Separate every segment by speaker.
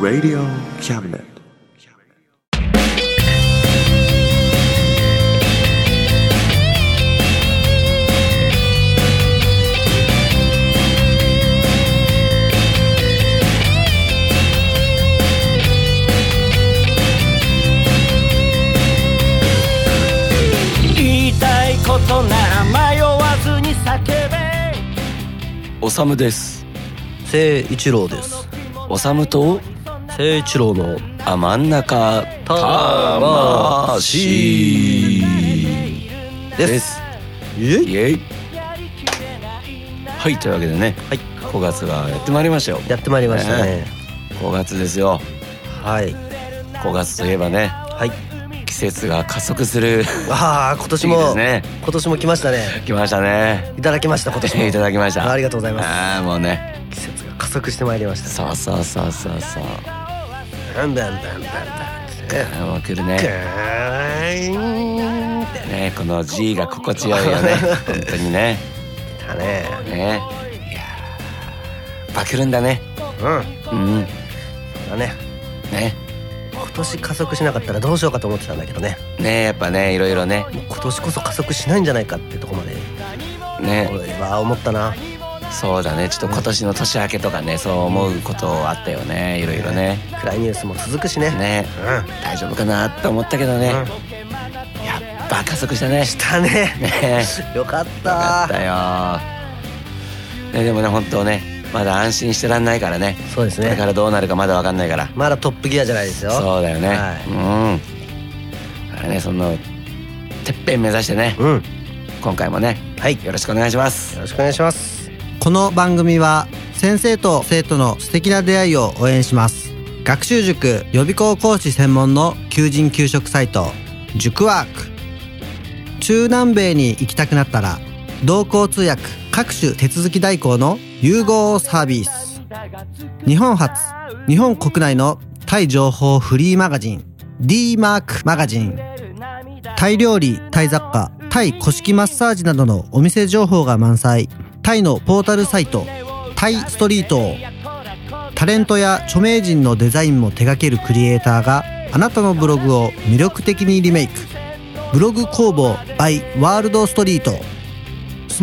Speaker 1: Radio Cabinet.
Speaker 2: 言いたいことなら迷わずに叫べ
Speaker 3: おさむです
Speaker 4: 聖一郎です
Speaker 3: おさむと
Speaker 4: 聖一郎の
Speaker 3: あ真ん中魂です
Speaker 4: え
Speaker 3: イエイはいというわけでね、
Speaker 4: はい
Speaker 3: 5月がやってまいりましたよ
Speaker 4: やってまいりましたね
Speaker 3: 5月ですよ
Speaker 4: はい
Speaker 3: 5月といえばね
Speaker 4: はい
Speaker 3: 季節が加速する
Speaker 4: ああ今年
Speaker 3: 時期で
Speaker 4: も
Speaker 3: すね
Speaker 4: 今年も来ましたね
Speaker 3: 来ましたね
Speaker 4: いただきました今年も
Speaker 3: いただきました
Speaker 4: ありがとうございます
Speaker 3: ああもうね
Speaker 4: 季節が加速してまいりました
Speaker 3: そうそうそうそうそう
Speaker 4: だんだんだんだんだんってね
Speaker 3: あーもう来るね
Speaker 4: ガーンって
Speaker 3: ねこの G が心地よいよね本当にね
Speaker 4: だね
Speaker 3: ねいやーバクるんだね
Speaker 4: うん
Speaker 3: うん
Speaker 4: だね
Speaker 3: ね
Speaker 4: 今年加速しなかったらどうしようかと思ってたんだけどね
Speaker 3: ねやっぱねいろいろね
Speaker 4: もう今年こそ加速しないんじゃないかってとこまで
Speaker 3: ね
Speaker 4: 俺は思ったな
Speaker 3: そうだねちょっと今年の年明けとかねそう思うことあったよねいろいろね
Speaker 4: 暗いニュースも続くしね
Speaker 3: ね
Speaker 4: う
Speaker 3: 大丈夫かなって思ったけどね
Speaker 4: ん、
Speaker 3: や
Speaker 4: う
Speaker 3: っ
Speaker 4: ん
Speaker 3: ぱ加速したね
Speaker 4: したね
Speaker 3: ね
Speaker 4: よかった
Speaker 3: よかったよ、ね、でもね本当ねまだ安心してらんないからね
Speaker 4: そうです
Speaker 3: これか
Speaker 4: ね
Speaker 3: らどうなるかまだわかんないから
Speaker 4: まだトップギアじゃないですよ
Speaker 3: そうだよね、
Speaker 4: はい
Speaker 3: うんあれねそのてっぺん目指してね
Speaker 4: うんよ
Speaker 3: 今回もねはいよろしくお願いします
Speaker 4: ろしくお願いします
Speaker 5: この番組は先生と生徒の素敵な出会いを応援します学習塾予備校講師専門の求人・給食サイト塾ワーク中南米に行きたくなったら同行通訳各種手続き代行の融合サービス日本初日本国内のタイ情報フリーマガジン d マークマガジンタイ料理、タイ雑貨、タイ古式マッサージなどのお店情報が満載。タイのポータルサイト、タイストリートを。タレントや著名人のデザインも手掛けるクリエイターがあなたのブログを魅力的にリメイク。ブログ工房 by ワールドストリート。ス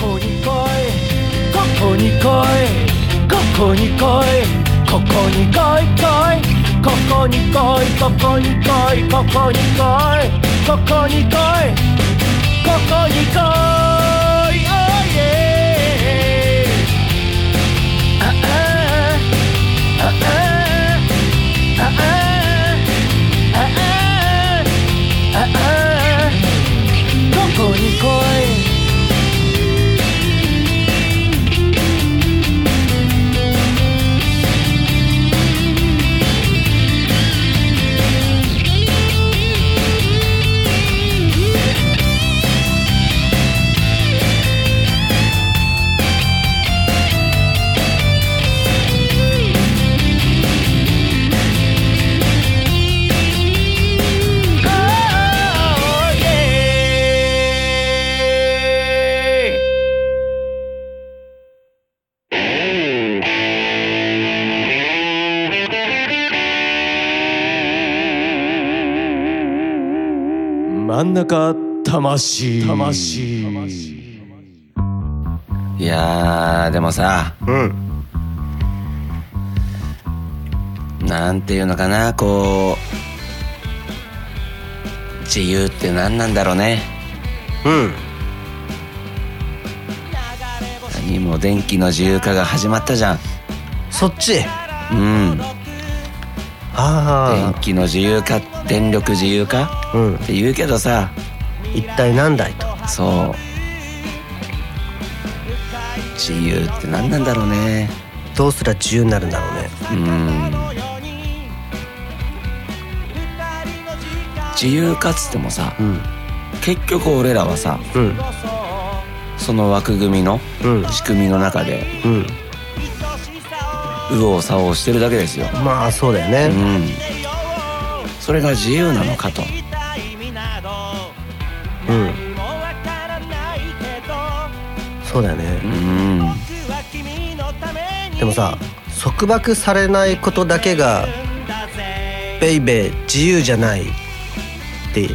Speaker 2: ここに来いここに来いここに来いここに来い来いここに来いここに来いここに来いここに来いここに来い Oh yeah ああああああああああここに来い
Speaker 3: 真ん中魂魂いやーでもさ
Speaker 4: うん
Speaker 3: なんていうのかなこう自由って何なんだろうね
Speaker 4: うん
Speaker 3: 何も電気の自由化が始まったじゃん
Speaker 4: そっち
Speaker 3: うん電
Speaker 4: あ
Speaker 3: 気の自由化電力自由化
Speaker 4: あうん
Speaker 3: って言うけどさ
Speaker 4: 一体何だいと
Speaker 3: そう自由って何なんだろうね
Speaker 4: どうすら自由になるんだろうね
Speaker 3: うん自由かつってもさ
Speaker 4: うん
Speaker 3: 結局俺らはさ
Speaker 4: うん
Speaker 3: その枠組みの
Speaker 4: うん
Speaker 3: 仕組みの中で
Speaker 4: うん
Speaker 3: 右往左往してるだけですよ
Speaker 4: まあそうだよ
Speaker 3: う
Speaker 4: ね、
Speaker 3: んそれが自由なのかと
Speaker 4: うんそうだよね
Speaker 3: うん
Speaker 4: でもさ束縛されないことだけが「ベイベー自由じゃない」って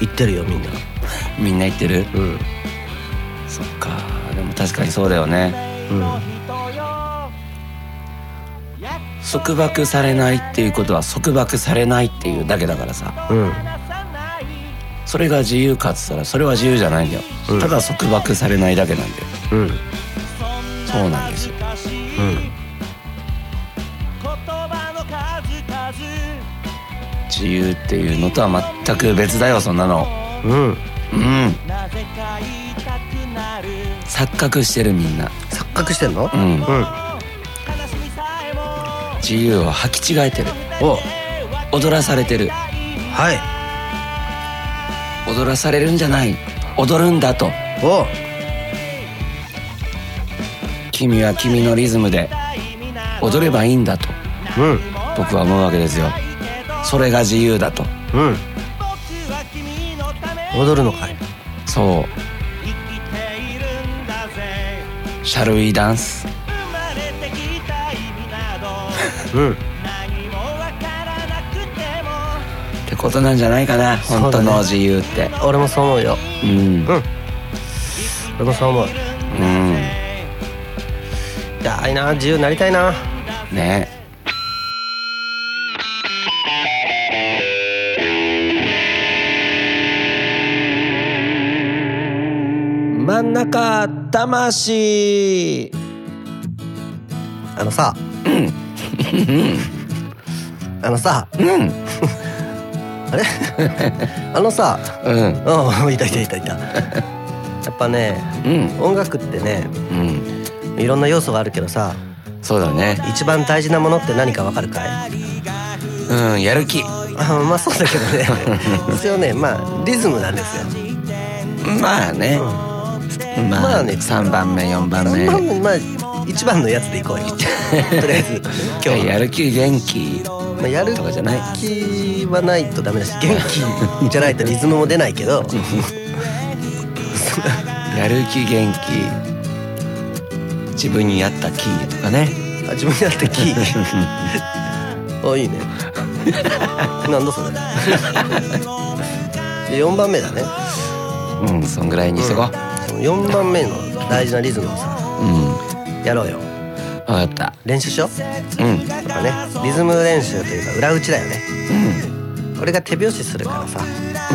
Speaker 4: 言ってるよみんな
Speaker 3: みんな言ってる
Speaker 4: うん
Speaker 3: そっかでも確かにそうだよね
Speaker 4: うん
Speaker 3: 束縛されないっていうことは束縛されないっていうだけだからさ
Speaker 4: うん
Speaker 3: それが自由かっつったらそれは自由じゃないんだよ、
Speaker 4: うん
Speaker 3: ただ束縛されないだけなんだよ
Speaker 4: うん
Speaker 3: そうなんですよ
Speaker 4: うん
Speaker 3: 自由っていうのとは全く別だよそんなの
Speaker 4: うん
Speaker 3: うん錯覚してるみんな
Speaker 4: 錯覚してんの
Speaker 3: うん
Speaker 4: うん
Speaker 3: 自由を履き違えてる
Speaker 4: お
Speaker 3: 踊らされてる
Speaker 4: はい
Speaker 3: 踊らされるんじゃない踊るんだと
Speaker 4: お
Speaker 3: 君は君のリズムで踊ればいいんだと
Speaker 4: うん
Speaker 3: 僕は思うわけですよそれが自由だと
Speaker 4: うん踊るのかい
Speaker 3: そうシャルウィダンス
Speaker 4: うん
Speaker 3: ってことなんじゃないかな
Speaker 4: うだね
Speaker 3: 本当の自由って
Speaker 4: 俺もそう思うよ
Speaker 3: うん
Speaker 4: うん俺もそう思う
Speaker 3: うん
Speaker 4: いやあいいな自由になりたいな
Speaker 3: ね真ん中魂
Speaker 4: あのさ あのさ
Speaker 3: うん
Speaker 4: あのさ
Speaker 3: うん
Speaker 4: うんいたいたいたいたやっぱね
Speaker 3: うん
Speaker 4: 音楽ってね
Speaker 3: うん
Speaker 4: いろんな要素があるけどさ
Speaker 3: そうだね
Speaker 4: 一番大事なものって何かわかるかい
Speaker 3: うんやる気
Speaker 4: あまあそうだけど ね一応ねまあリズムなんですよ
Speaker 3: まあね、まあ、
Speaker 4: まあね
Speaker 3: 3番目4番目
Speaker 4: まあまあ一番のやつでい こうよとりあえず今日は
Speaker 3: やる気元気
Speaker 4: まあ、やる
Speaker 3: とかじゃない
Speaker 4: 気はないとダメだし元気じゃないとリズムも出ないけど
Speaker 3: やる気元気自分に合ったキーとかね
Speaker 4: あ自分に合った キーあいいねなんだそれ4番目だね
Speaker 3: うんそんぐらいにしとこ
Speaker 4: 4番目の大事なリズムをさ
Speaker 3: ううん
Speaker 4: やろうよ
Speaker 3: 分かった
Speaker 4: 練習しよう
Speaker 3: うん
Speaker 4: やっぱねリズム練習というか裏打ちだよねこれが手拍子するからさ
Speaker 3: う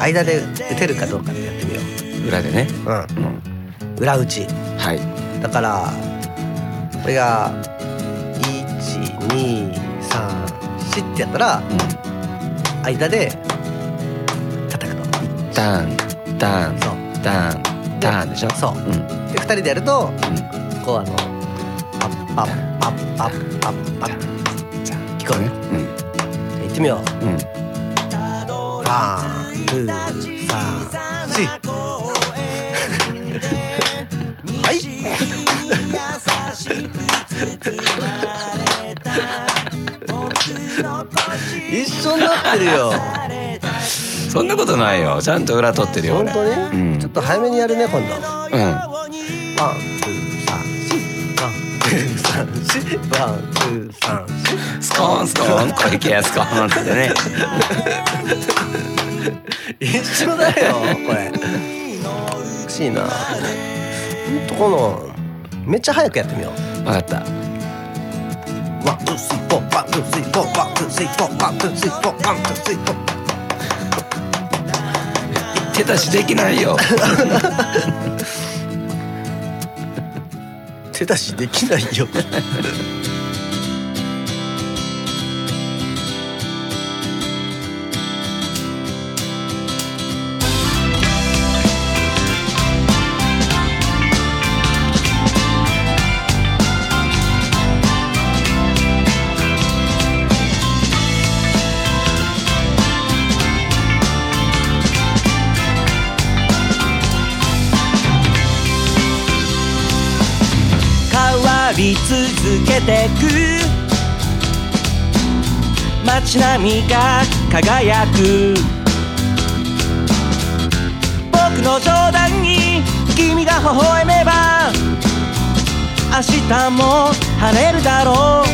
Speaker 4: 間で打てるかどうかでやってみよ
Speaker 3: ん裏でね
Speaker 4: う
Speaker 3: うん
Speaker 4: うん裏打ち
Speaker 3: はい
Speaker 4: だからこれが1234ってやったら間で叩くと
Speaker 3: ダンダン
Speaker 4: そう
Speaker 3: ダンダンでしょ
Speaker 4: そう
Speaker 3: うんうん
Speaker 4: で2人でやるとこうあのパッパッパッパッパッパッ聞こえるいってみよう
Speaker 3: うんうん
Speaker 4: ワンツーサーシはい一緒になってるよ
Speaker 3: そんなことないよちゃんと裏取ってるよ
Speaker 4: 本
Speaker 3: 俺
Speaker 4: 当に、
Speaker 3: うん
Speaker 4: ちょっと早めにやるね今度ワン
Speaker 3: うん
Speaker 4: ツーサーシワンツーサーシワンツーサーシ
Speaker 3: スコーンスコ ーン小池やスコーンってね
Speaker 4: 一緒だよこれおかしいなほんとこのめっちゃ早くやってみよう
Speaker 3: 分かった
Speaker 4: ワンツースリーフォーワンツースリーフォーワンツースリーフォーワンツースリーフォーワンツースリーフォー
Speaker 3: 手出しできないよ
Speaker 4: 手出しできないよ
Speaker 6: 「学び続けてく街並みが輝く僕の冗談に君が微笑めば明日も晴れるだろう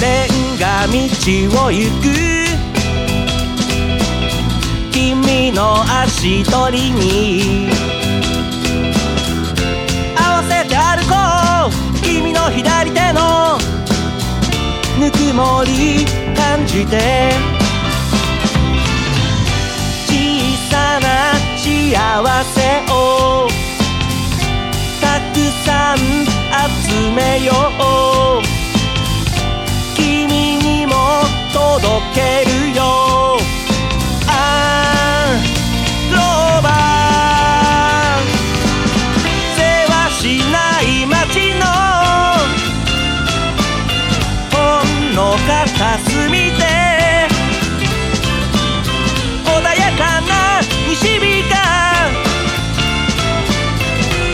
Speaker 6: レンガ道を行く君の足取りに合わせて歩こう君の左手のぬくもり感じて小さな幸せをたくさん集めよう君にも届けるよあーローバー世話しない街のほんの片隅で穏やかな西日が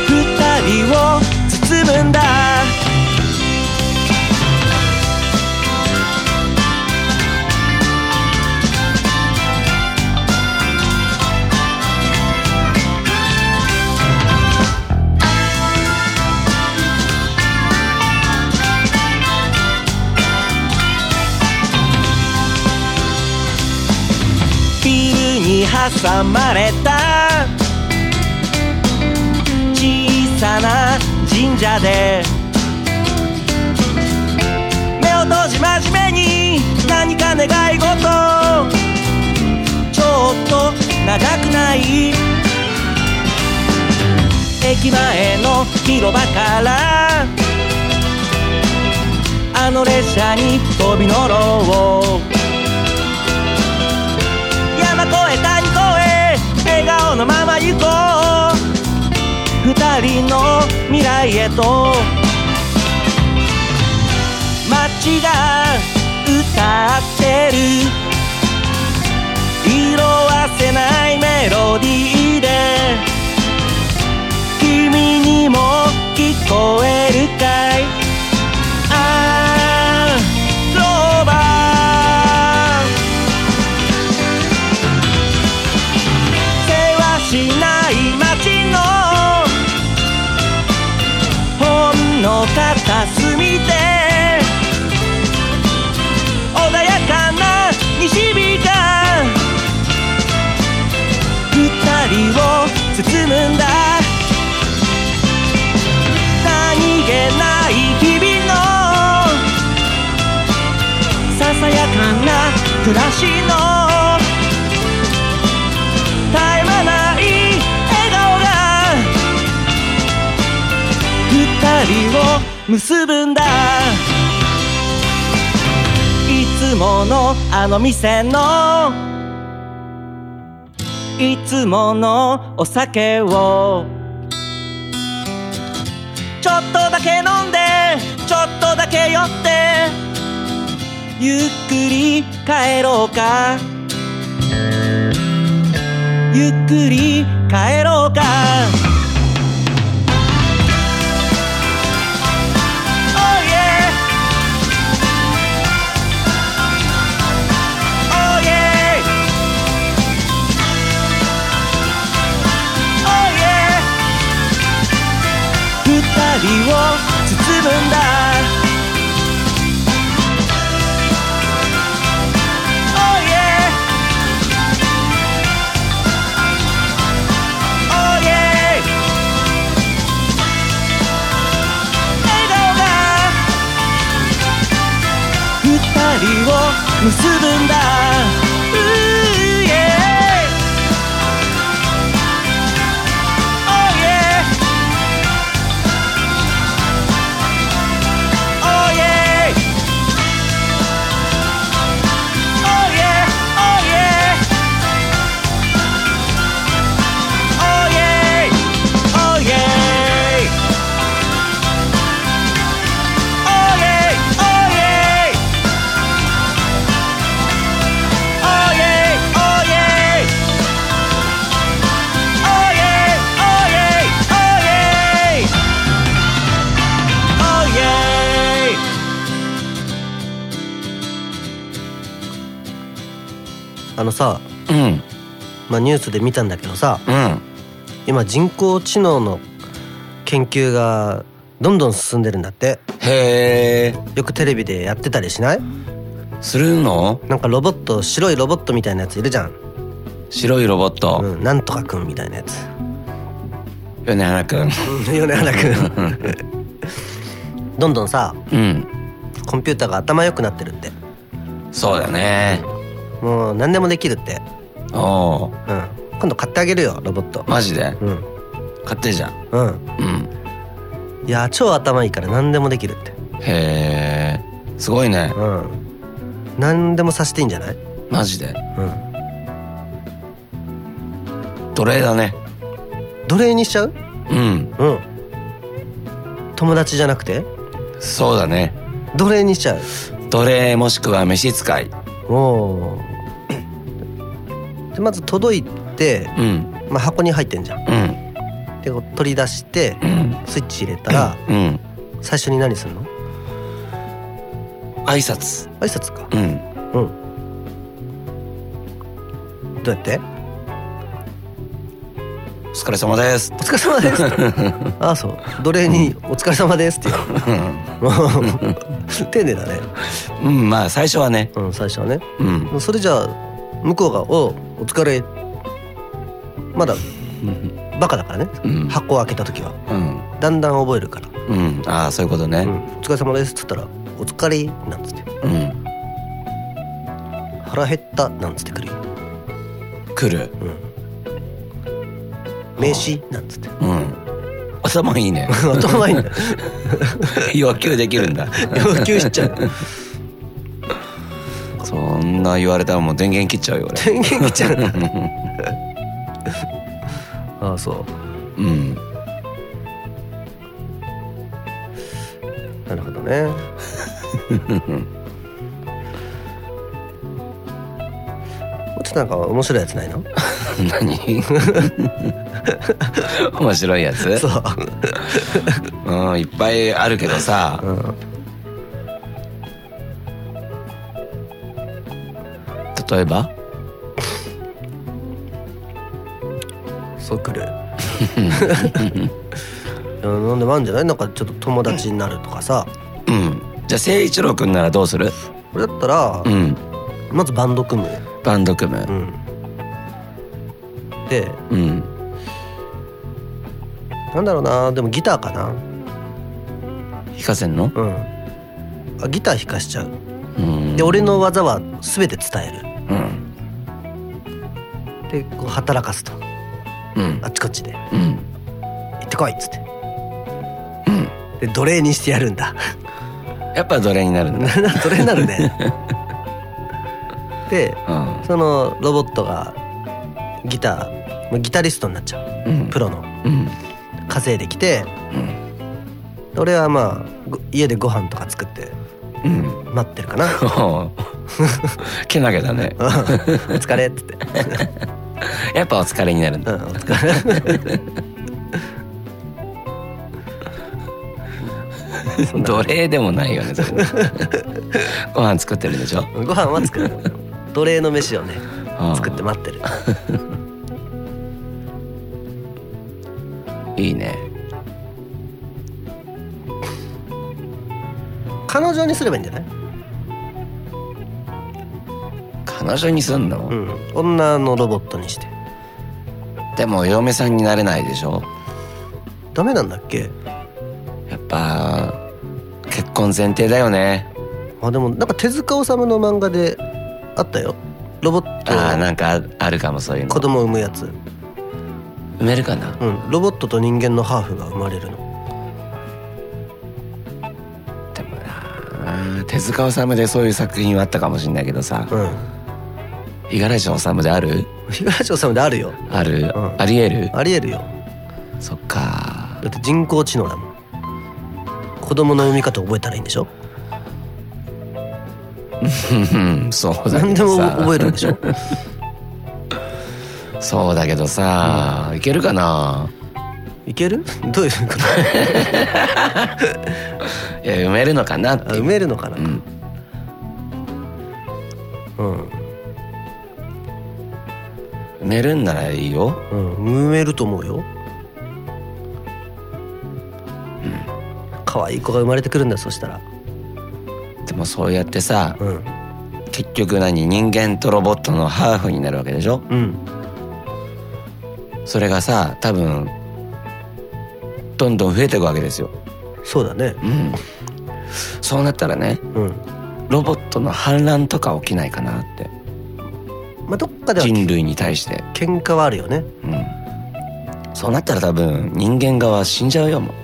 Speaker 6: 二人を包むんだビルに挟まれた小さな神社で目を閉じ真面目に何か願い事ちょっと長くない駅前の広場からあの列車に飛び乗ろう山越え谷越え笑顔のまま行こう二人の未来へと街が歌ってる色褪せないメロディーで君にも聞こえるかいあーローバー世話しない街のほんの片隅で穏やかな西日が二人を包むんだ何気ない日々のささやかな暮らしの絶え間ない笑顔が二人を結ぶんだいつものあの店のいつものお酒をちょっとだけ飲んでちょっとだけ酔ってゆっくり帰ろうかゆっくり帰ろうかおいえおいえおいえ二人を包むんだおいえ「おいえ」「笑顔が二人を結ぶんだ」「うーえ」「おいえ」「おいえ」「おいえ」「おいえ」Oh yeah! Oh yeah! Oh yeah! Oh yeah!
Speaker 4: あのさ、
Speaker 3: うん
Speaker 4: まあ、ニュースで見たんだけどさ
Speaker 3: うん
Speaker 4: 今人工知能の研究がどんどん進んでるんだって
Speaker 3: へえ
Speaker 4: よくテレビでやってたりしない
Speaker 3: するの
Speaker 4: なんかロボット白いロボットみたいなやついるじゃん、
Speaker 3: 白いロボット、
Speaker 4: うん、なんとかくんみたいなやつ
Speaker 3: 米原くん
Speaker 4: 米原 くんどんどんさ
Speaker 3: うん
Speaker 4: コンピューターが頭良くなってるって
Speaker 3: そうだね
Speaker 4: もう何でもできるって
Speaker 3: おお
Speaker 4: うん今度買ってあげるよロボット
Speaker 3: マジで
Speaker 4: うん
Speaker 3: 買ってじゃん
Speaker 4: うん
Speaker 3: うん
Speaker 4: いや超頭いいから何でもできるって
Speaker 3: へえすごいね
Speaker 4: うん何でもさせていいんじゃない
Speaker 3: マジで
Speaker 4: うん
Speaker 3: 奴隷だね
Speaker 4: 奴隷にしちゃう
Speaker 3: うん
Speaker 4: うん友達じゃなくて
Speaker 3: そうだね
Speaker 4: 奴隷にしちゃう
Speaker 3: 奴隷もしくは召使い
Speaker 4: おーでまず届いて、
Speaker 3: うん
Speaker 4: まあ、箱に入ってんじゃん
Speaker 3: うん
Speaker 4: でこう取り出して
Speaker 3: うん
Speaker 4: スイッチ入れたら
Speaker 3: うん
Speaker 4: 最初に何するの
Speaker 3: 挨拶
Speaker 4: 挨拶か
Speaker 3: うん
Speaker 4: うんどうやって
Speaker 3: お疲れ様です
Speaker 4: お疲れ様 ですああそう奴隷にお疲れ様ですって言う 丁寧だね
Speaker 3: うんまあ最初はね
Speaker 4: うん最初はね
Speaker 3: うん
Speaker 4: それじゃあ向こうが「おうお疲れ」まだ
Speaker 3: うん
Speaker 4: バカだからね
Speaker 3: うん
Speaker 4: 箱を開けた時は
Speaker 3: うん
Speaker 4: だんだん覚えるから「
Speaker 3: うんああそういうことね
Speaker 4: うん、お疲れ様です」っつったら「お疲れ」なんつって
Speaker 3: うん
Speaker 4: 「腹減った」なんつってくるよ
Speaker 3: 来る
Speaker 4: 「名刺」なんつって
Speaker 3: うん頭いい ね
Speaker 4: 頭いいんだよ
Speaker 3: 要求できるんだ
Speaker 4: 要求しちゃう
Speaker 3: そんな言われたらもう電源切っちゃうよ
Speaker 4: 電源切っちゃう ああそ
Speaker 3: 俺うん
Speaker 4: うなるほどね もうちょっとなんか面白いやつないの
Speaker 3: 何面白いやつ
Speaker 4: そう
Speaker 3: うんいっぱいあるけどさ、例えば
Speaker 4: そうくるいやなんでもあるんじゃないなんかちょっと友達になるとかさ
Speaker 3: うんじゃあ誠一郎くんならどうする
Speaker 4: これだったら、
Speaker 3: うん
Speaker 4: まずバンド組むよ
Speaker 3: バンド組
Speaker 4: う
Speaker 3: む
Speaker 4: んで
Speaker 3: うん
Speaker 4: なんだろうなでもギターかな
Speaker 3: 弾かせんの
Speaker 4: うんあギター弾かしちゃう
Speaker 3: うん
Speaker 4: で俺の技は全て伝える
Speaker 3: うん
Speaker 4: でこう働かすと
Speaker 3: うん
Speaker 4: あっちこっちで「
Speaker 3: うん
Speaker 4: 行ってこい」っつってで奴隷にしてやるんだ
Speaker 3: やっぱ奴隷になるん だ
Speaker 4: 奴隷になるねでそのロボットがギターまあギタリストになっちゃう
Speaker 3: うんうん
Speaker 4: プロの
Speaker 3: うん
Speaker 4: 稼いできて、で俺はまあご家でご飯とか作って
Speaker 3: うん
Speaker 4: 待ってるかな
Speaker 3: おーけなげだね
Speaker 4: うんお疲れっつって
Speaker 3: やっぱお疲れになるん
Speaker 4: う
Speaker 3: だ
Speaker 4: んお疲れ
Speaker 3: 奴隷でもないよねそれ ご飯作ってるんでしょ
Speaker 4: ご飯は作る奴隷の飯をね作って待ってる
Speaker 3: いいね
Speaker 4: 彼女にすればいいんじゃない、
Speaker 3: 彼女にすんの、
Speaker 4: うん、女のロボットにして
Speaker 3: でもお嫁さんになれないでしょ
Speaker 4: ダメなんだっけ
Speaker 3: やっぱ結婚前提だよね
Speaker 4: あでもなんか手塚治虫の漫画であったよロボッ
Speaker 3: ああ
Speaker 4: ト
Speaker 3: なんかあるかもそういうの
Speaker 4: 子供産むやつ、
Speaker 3: 埋めるかな
Speaker 4: うん、ロボットと人間のハーフが生まれるの
Speaker 3: でもな手塚治虫でそういう作品はあったかもしれないけどさ
Speaker 4: うん
Speaker 3: 五十嵐治虫である
Speaker 4: 東尾さんであるよ
Speaker 3: ある、
Speaker 4: うん
Speaker 3: ありえる
Speaker 4: ありえるよ
Speaker 3: そっか
Speaker 4: だって人工知能だもん子供の産み方覚えたらいいんでしょ
Speaker 3: うんそうだけ
Speaker 4: 何で
Speaker 3: ど
Speaker 4: も
Speaker 3: さ
Speaker 4: 覚えるんで しょ
Speaker 3: そうだけどさ、いけるかない
Speaker 4: けるどういうこと
Speaker 3: いや埋めるのかなっ
Speaker 4: あ
Speaker 3: てい
Speaker 4: 埋
Speaker 3: う
Speaker 4: めるのかな
Speaker 3: うん
Speaker 4: うん
Speaker 3: 寝るんならいいよ
Speaker 4: うん、産めると思うよ。可愛い子が生まれてくるんだよそしたら。
Speaker 3: でもそうやってさ
Speaker 4: うん。
Speaker 3: 結局何人間とロボットのハーフになるわけでしょ
Speaker 4: うん。
Speaker 3: それがさ多分どんどん増えていくわけですよ
Speaker 4: そうだね。
Speaker 3: うんそうなったらね
Speaker 4: うん。
Speaker 3: ロボットの反乱とか起きないかなって
Speaker 4: まあ、どっかでは
Speaker 3: 人類に対して
Speaker 4: 喧嘩はあるよね。
Speaker 3: うんそうなったら多分人間側死んじゃうよも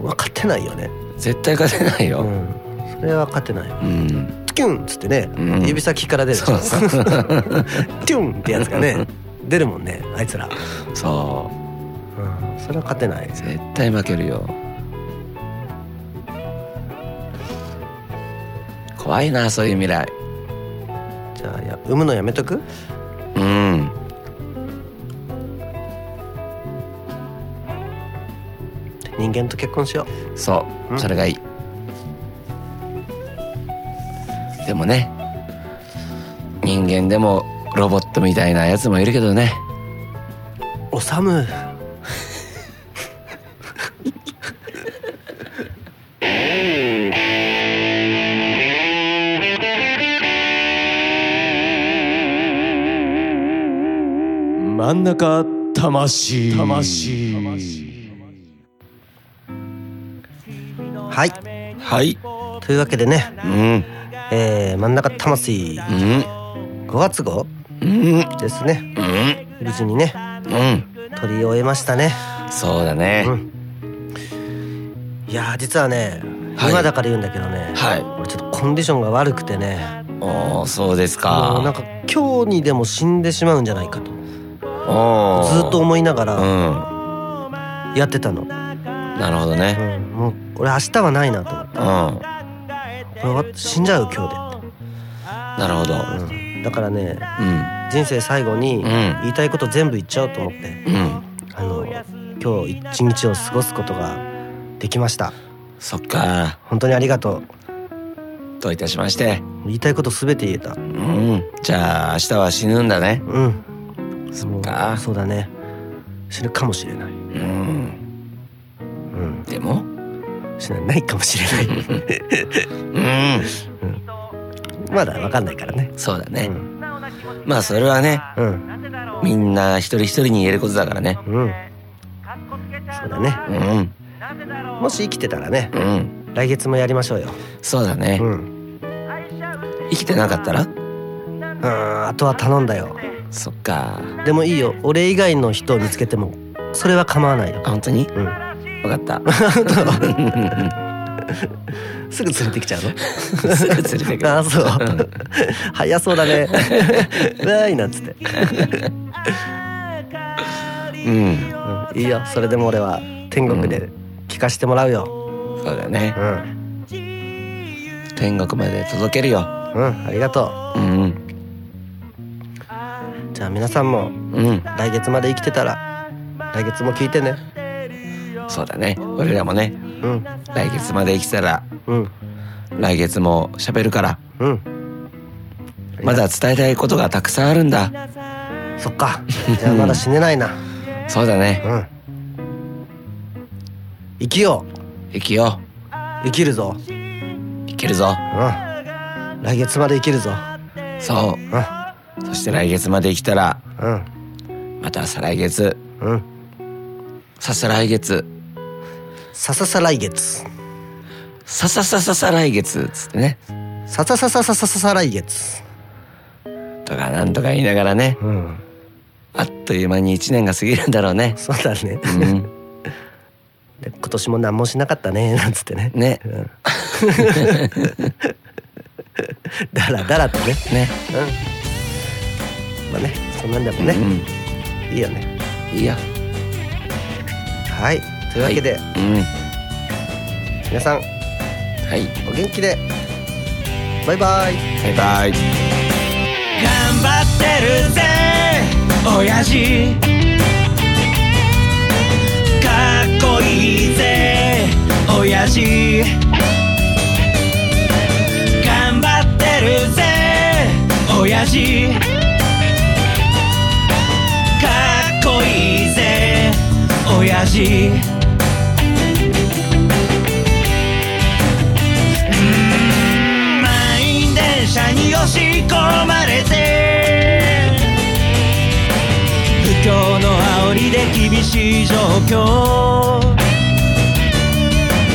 Speaker 3: う
Speaker 4: 分かってないよね。
Speaker 3: 絶対勝てないうよ
Speaker 4: ん。それは勝てない。
Speaker 3: うん、
Speaker 4: キュンっつってね、
Speaker 3: うん
Speaker 4: 指先から出る。
Speaker 3: そうそう
Speaker 4: キュンってやつがね、出るもんね、あいつら。
Speaker 3: そ。
Speaker 4: うん。それは勝てないう
Speaker 3: 絶対負けるよ怖いなそういう未来
Speaker 4: じゃあや産むのやめとく？
Speaker 3: うん
Speaker 4: 人間と結婚しよ
Speaker 3: そううんそれがいいでもね人間でもロボットみたいなやつもいるけどね
Speaker 4: う。おさむ。
Speaker 2: 真ん中魂魂
Speaker 4: はい。
Speaker 3: はい
Speaker 4: というわけでね、
Speaker 3: うん
Speaker 4: えー、真ん中魂
Speaker 3: うん
Speaker 4: 5月号
Speaker 3: うん
Speaker 4: ですね。
Speaker 3: うん
Speaker 4: 無事にね
Speaker 3: うん
Speaker 4: 取り終えましたね。
Speaker 3: そうだね、
Speaker 4: うん。いやー実はね、
Speaker 3: はい
Speaker 4: 今だから言うんだけどね、
Speaker 3: はい
Speaker 4: 俺ちょっとコンディションが悪くてね、
Speaker 3: おーそうです
Speaker 4: もうなん
Speaker 3: か
Speaker 4: か今日にでも死んでしまうんじゃないかと
Speaker 3: おー
Speaker 4: ずっと思いなが
Speaker 3: う
Speaker 4: ら
Speaker 3: ん
Speaker 4: やってたの。
Speaker 3: なるほど
Speaker 4: う
Speaker 3: ね
Speaker 4: ん、もう俺明日はないなと思って
Speaker 3: うんな
Speaker 4: 俺は死んじゃう今日
Speaker 3: るほど
Speaker 4: で、うん、だからね
Speaker 3: うん
Speaker 4: 人生最後に
Speaker 3: ん
Speaker 4: 言いたいこと全部言っちゃおうと思って、
Speaker 3: うん
Speaker 4: あの今日一日を過ごすことができました
Speaker 3: そっか
Speaker 4: 本当にありがとう
Speaker 3: どういたしまして
Speaker 4: 言いたいことすべて言えた
Speaker 3: うんじゃあ明日は死ぬんだね
Speaker 4: うん
Speaker 3: そっ
Speaker 4: もう
Speaker 3: か
Speaker 4: そうだね死ぬかもしれない、
Speaker 3: うん
Speaker 4: うん、
Speaker 3: でも
Speaker 4: 死なないかもしれない
Speaker 3: うん
Speaker 4: まだわかんないからね
Speaker 3: そうだ
Speaker 4: う
Speaker 3: ね
Speaker 4: ん
Speaker 3: まあそれはね
Speaker 4: うん、
Speaker 3: みんな一人一人に言えることだからね
Speaker 4: うん、そうだね
Speaker 3: うん
Speaker 4: もし生きてたらね
Speaker 3: うん
Speaker 4: 来月もやりましょうよ
Speaker 3: そうだね
Speaker 4: うん
Speaker 3: 生きてなかったら
Speaker 4: うんあとは頼んだよ
Speaker 3: そっか
Speaker 4: でもいいよ俺以外の人を見つけてもそれは構わないよ
Speaker 3: あ本当に
Speaker 4: うん
Speaker 3: 分かった
Speaker 4: すぐ連れてきちゃうの
Speaker 3: すぐ連れてく る
Speaker 4: あそう早そうだね ないなんつって、
Speaker 3: うん
Speaker 4: うん、いいよそれでも俺は天国で聞かせてもらうよ
Speaker 3: そうだよね
Speaker 4: うん
Speaker 3: 天国まで届けるよ
Speaker 4: うんありがと
Speaker 3: うん
Speaker 4: うじゃあ皆さんも
Speaker 3: うん
Speaker 4: 来月まで生きてたら来月も聞いてね
Speaker 3: そうだね俺らもね
Speaker 4: うん
Speaker 3: 来月まで生きたら
Speaker 4: うん
Speaker 3: 来月も喋るから
Speaker 4: うん
Speaker 3: まだ伝えたいことがたくさんあるんだ
Speaker 4: そっかじゃあまだ死ねないな
Speaker 3: そうだね
Speaker 4: うん生きよう
Speaker 3: 生きよ
Speaker 4: 生きるぞ
Speaker 3: う生きるぞ
Speaker 4: うん来月まで生きるぞ
Speaker 3: そ
Speaker 4: う
Speaker 3: う
Speaker 4: ん
Speaker 3: そして来月まで生きたら
Speaker 4: うん
Speaker 3: また再来月
Speaker 4: うん
Speaker 3: ささ来月
Speaker 4: さささ来月
Speaker 3: さささささ来月つってね
Speaker 4: ささささささささ来月
Speaker 3: とかなんとか言いながらね
Speaker 4: うん
Speaker 3: あっという間に1年が過ぎるんだろうね
Speaker 4: そうだね
Speaker 3: うん
Speaker 4: で今年も何もしなかったねなんつってね
Speaker 3: ね
Speaker 4: うんだらだらとね
Speaker 3: ね
Speaker 4: うんまあねそんなんでもね、いいよね
Speaker 3: うんいいよ
Speaker 4: はいというわけで、
Speaker 3: うん
Speaker 4: 皆さん
Speaker 3: はい
Speaker 4: お元気でバイバイ
Speaker 3: バイバイ
Speaker 6: 頑張ってるぜ親父かっこいいぜ親父頑張ってるぜ親父し満員電車に押し込まれて不況の煽りで厳しい状況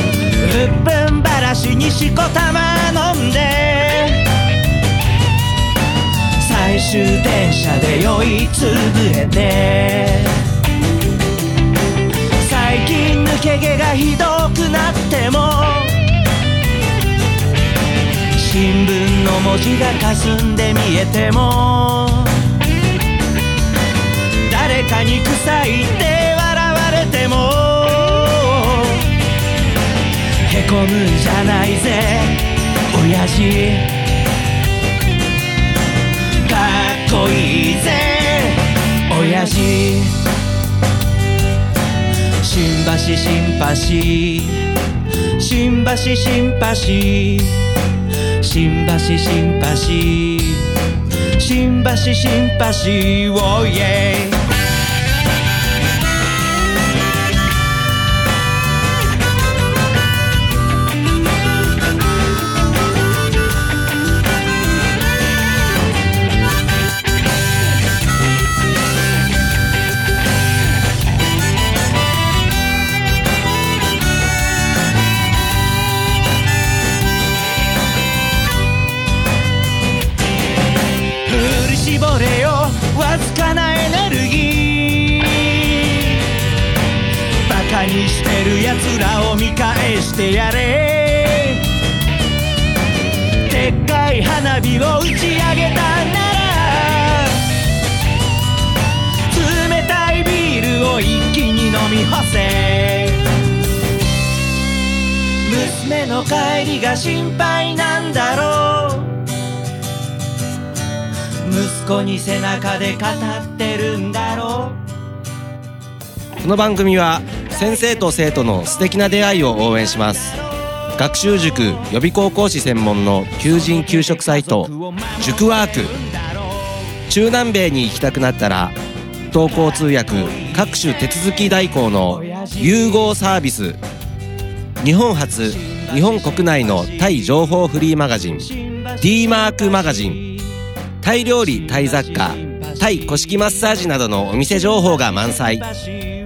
Speaker 6: うっぷんばらしにしこたま飲んで最終電車で酔いつぶれて最近抜け毛がひどくなっても新聞の文字が霞んで見えても誰かに臭いって笑われてもへこむんじゃないぜ親父かっこいいぜ親父新橋シンパシー新橋シンパシー新橋シンパシー新橋シンパシーおいえ振り絞れよわずかなエネルギーバカにしてるやつらを見返してやれでっかい花火を打ち上げたなら冷たいビールを一気に飲み干せ娘の帰りが心配なんだろう息子に背中で語ってるんだろう
Speaker 3: この番組は先生と生徒の素敵な出会いを応援します学習塾予備高校師専門の求人・求職サイト塾ワーク中南米に行きたくなったら投稿通訳各種手続き代行の融合サービス日本初日本国内のタイ情報フリーマガジン d マークマガジンタイ料理タイ雑貨タイ古式マッサージなどのお店情報が満載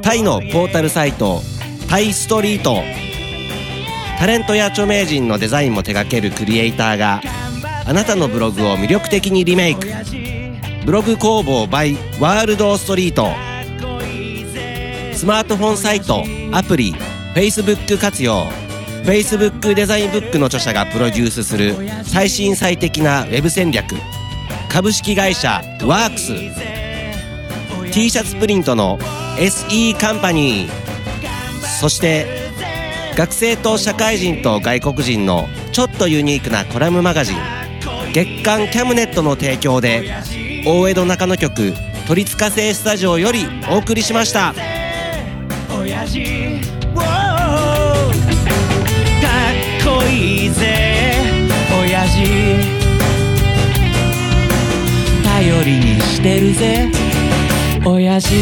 Speaker 3: タイのポータルサイトタイストリートタレントや著名人のデザインも手掛けるクリエイターがあなたのブログを魅力的にリメイクブログ工房 by ワールドストリートスマートフォンサイトアプリ Facebook 活用 Facebook デザインブックの著者がプロデュースする最新最適なウェブ戦略株式会社ワークス t シャツプリントの SE カンパニーそして学生と社会人と外国人のちょっとユニークなコラムマガジン月刊キャムネットの提供で大江戸中野局「鳥塚製スタジオ」よりお送りしました。
Speaker 6: 親父ウォーかっこいいぜ親父頼りにしてるぜ親父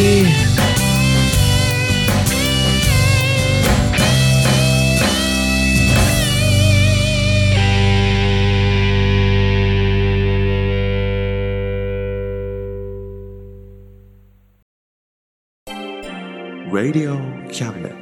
Speaker 1: Radio Cabinet.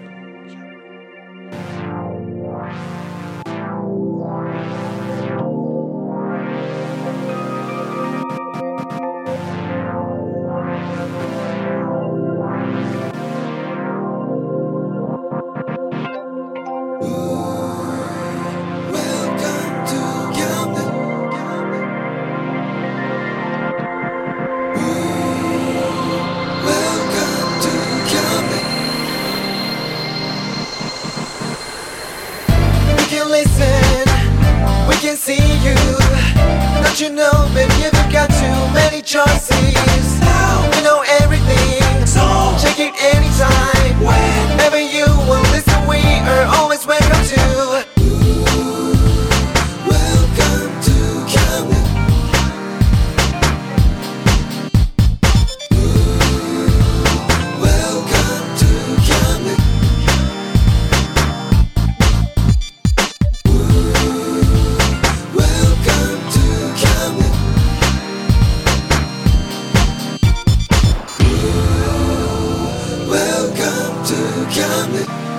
Speaker 7: やめ